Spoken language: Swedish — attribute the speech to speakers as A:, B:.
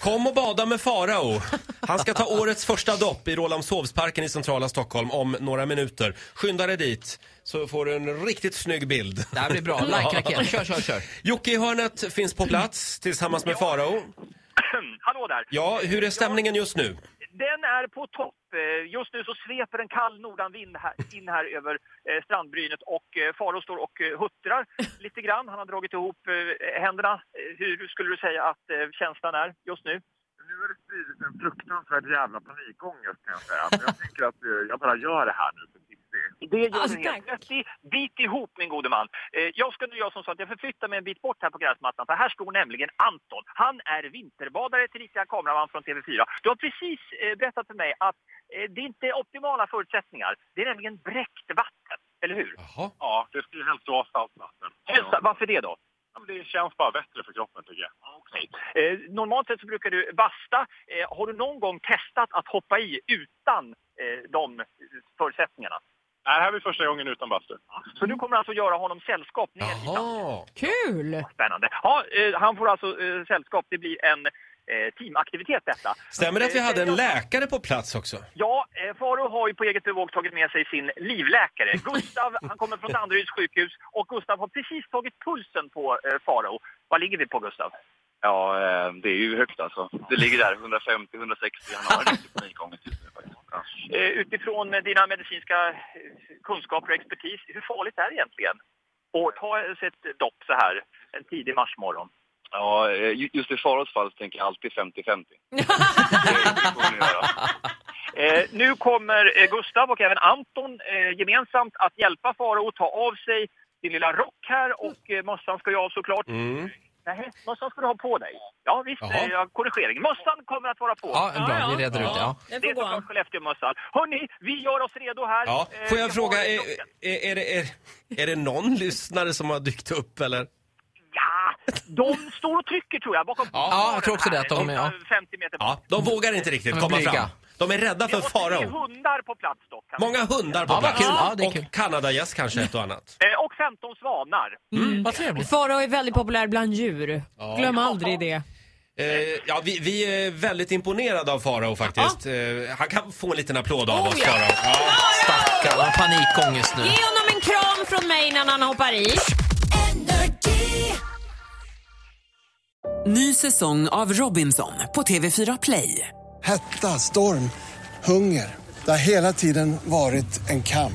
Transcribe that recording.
A: Kom och bada med Farao. Han ska ta årets första dopp i Rålambshovsparken i centrala Stockholm om några minuter. Skynda dig dit så får du en riktigt snygg bild.
B: Det här blir bra. Like-raket. Kör, kör, kör.
A: Jocke i hörnet finns på plats tillsammans med Farao.
C: Hallå där!
A: Ja, hur är stämningen just nu?
C: Den är på topp. Eh, Just nu så sveper en kall nordanvind här, in här över eh, strandbrynet och eh, Faro står och eh, huttrar lite grann. Han har dragit ihop eh, händerna. Eh, Hur skulle du säga att eh, känslan är just nu?
D: Nu har det spridit en fruktansvärd jävla panikångest kan jag säga. Men jag tänker att eh, jag bara gör det här nu för Tipsy.
C: Det gör
E: Ah,
C: du helt
E: tack.
C: rätt i. Bit ihop min gode man. Eh, jag ska nu göra som så att jag förflyttar mig en bit bort här på gräsmattan för här står nämligen Anton. Han är vinterbadare, tillika kameraman från TV4. Du har precis eh, berättat för mig att eh, det är inte är optimala förutsättningar. Det är nämligen bräckt vatten, eller hur?
A: Jaha.
D: Ja, det skulle helst vara salt vatten.
C: Hälsa, varför det då?
D: Ja, men det känns bara bättre för kroppen tycker jag.
C: Eh, normalt sett så brukar du basta. Eh, har du någon gång testat att hoppa i utan eh, de förutsättningarna?
D: Nej, det här blir första gången utan bastu.
C: Så du kommer alltså göra honom sällskap ner i sanden?
A: Jaha.
E: Kul!
C: Spännande. Ja, eh, han får alltså eh, sällskap. Det blir en eh, teamaktivitet detta.
A: Stämmer det att vi
C: Eh,
A: hade en
C: jag-
A: läkare på plats också?
C: Ja, eh, Faro har ju på eget bevåg tagit med sig sin livläkare. Gustav, han kommer från Danderyds sjukhus och Gustav har precis tagit pulsen på eh, Faro. Vad ligger vi på Gustav? Eh,
D: Ja, det är ju högt alltså. Det ligger där 150-160. Han har riktigt panikångest just nu faktiskt.
C: Eh, utifrån eh, dina medicinska eh, kunskaper och expertis, hur farligt är det egentligen? Och ta eh, ett dopp så här en tidig marsmorgon.
D: Ja, eh, just i Faros fall så tänker jag alltid 50-50.
C: Eh, nu kommer eh, Gustav och även Anton eh, gemensamt att hjälpa Farao att ta av sig sin lilla rock här och eh, mössan ska jag av såklart.
A: Mm.
C: Nej, mössan ska du ha på dig. Ja visst,
A: Jaha.
C: eh, jag korrigering. Mössan kommer att vara på.
B: Ja, eh. en bra.
E: Ja, ja.
B: Vi reder ut det. Ja.
E: Den
C: Det
E: får
C: är
E: gå.
C: såklart Skellefteåmössan. Hörni, vi gör oss redo här.
A: Ja.
C: Eh,
A: Får
C: vi har
A: jag fråga, är,
C: rocken.
A: är, är, det, är, är det någon lyssnare som har dykt upp eller?
C: Ja, de står och trycker tror jag bakom
B: Ja, jag tror också det, att de är- ja.
C: 50 meter bort.
A: Ja, de vågar inte riktigt
B: De är
A: komma
B: blyga.
A: fram. De är rädda
C: Vi
A: för
C: har tre
A: Farao.
C: hundar på plats dock. alltså. kan man
A: Många hundar
B: Ja,
A: på
B: vad
A: plats.
B: kul. Ja, det är kul.
A: Och Kanadagäss kanske ett och annat.
C: säga. Eh, Och 15 svanar.
B: Mm. Vad trevligt.
E: Farao är väldigt populär bland djur. Glöm aldrig det.
A: Eh, ja, vi, vi är väldigt imponerade av Farao faktiskt. Eh, han kan få en liten applåd av
E: Oh,
A: oss,
E: ja.
A: Farao. Ja.
B: Stackarn. Han har panikångest nu.
E: Ge honom en kram från mig när han hoppar i.
F: Ny säsong av Robinson på TV4 Play.
G: Hetta, storm, hunger. Det har hela tiden varit en kamp.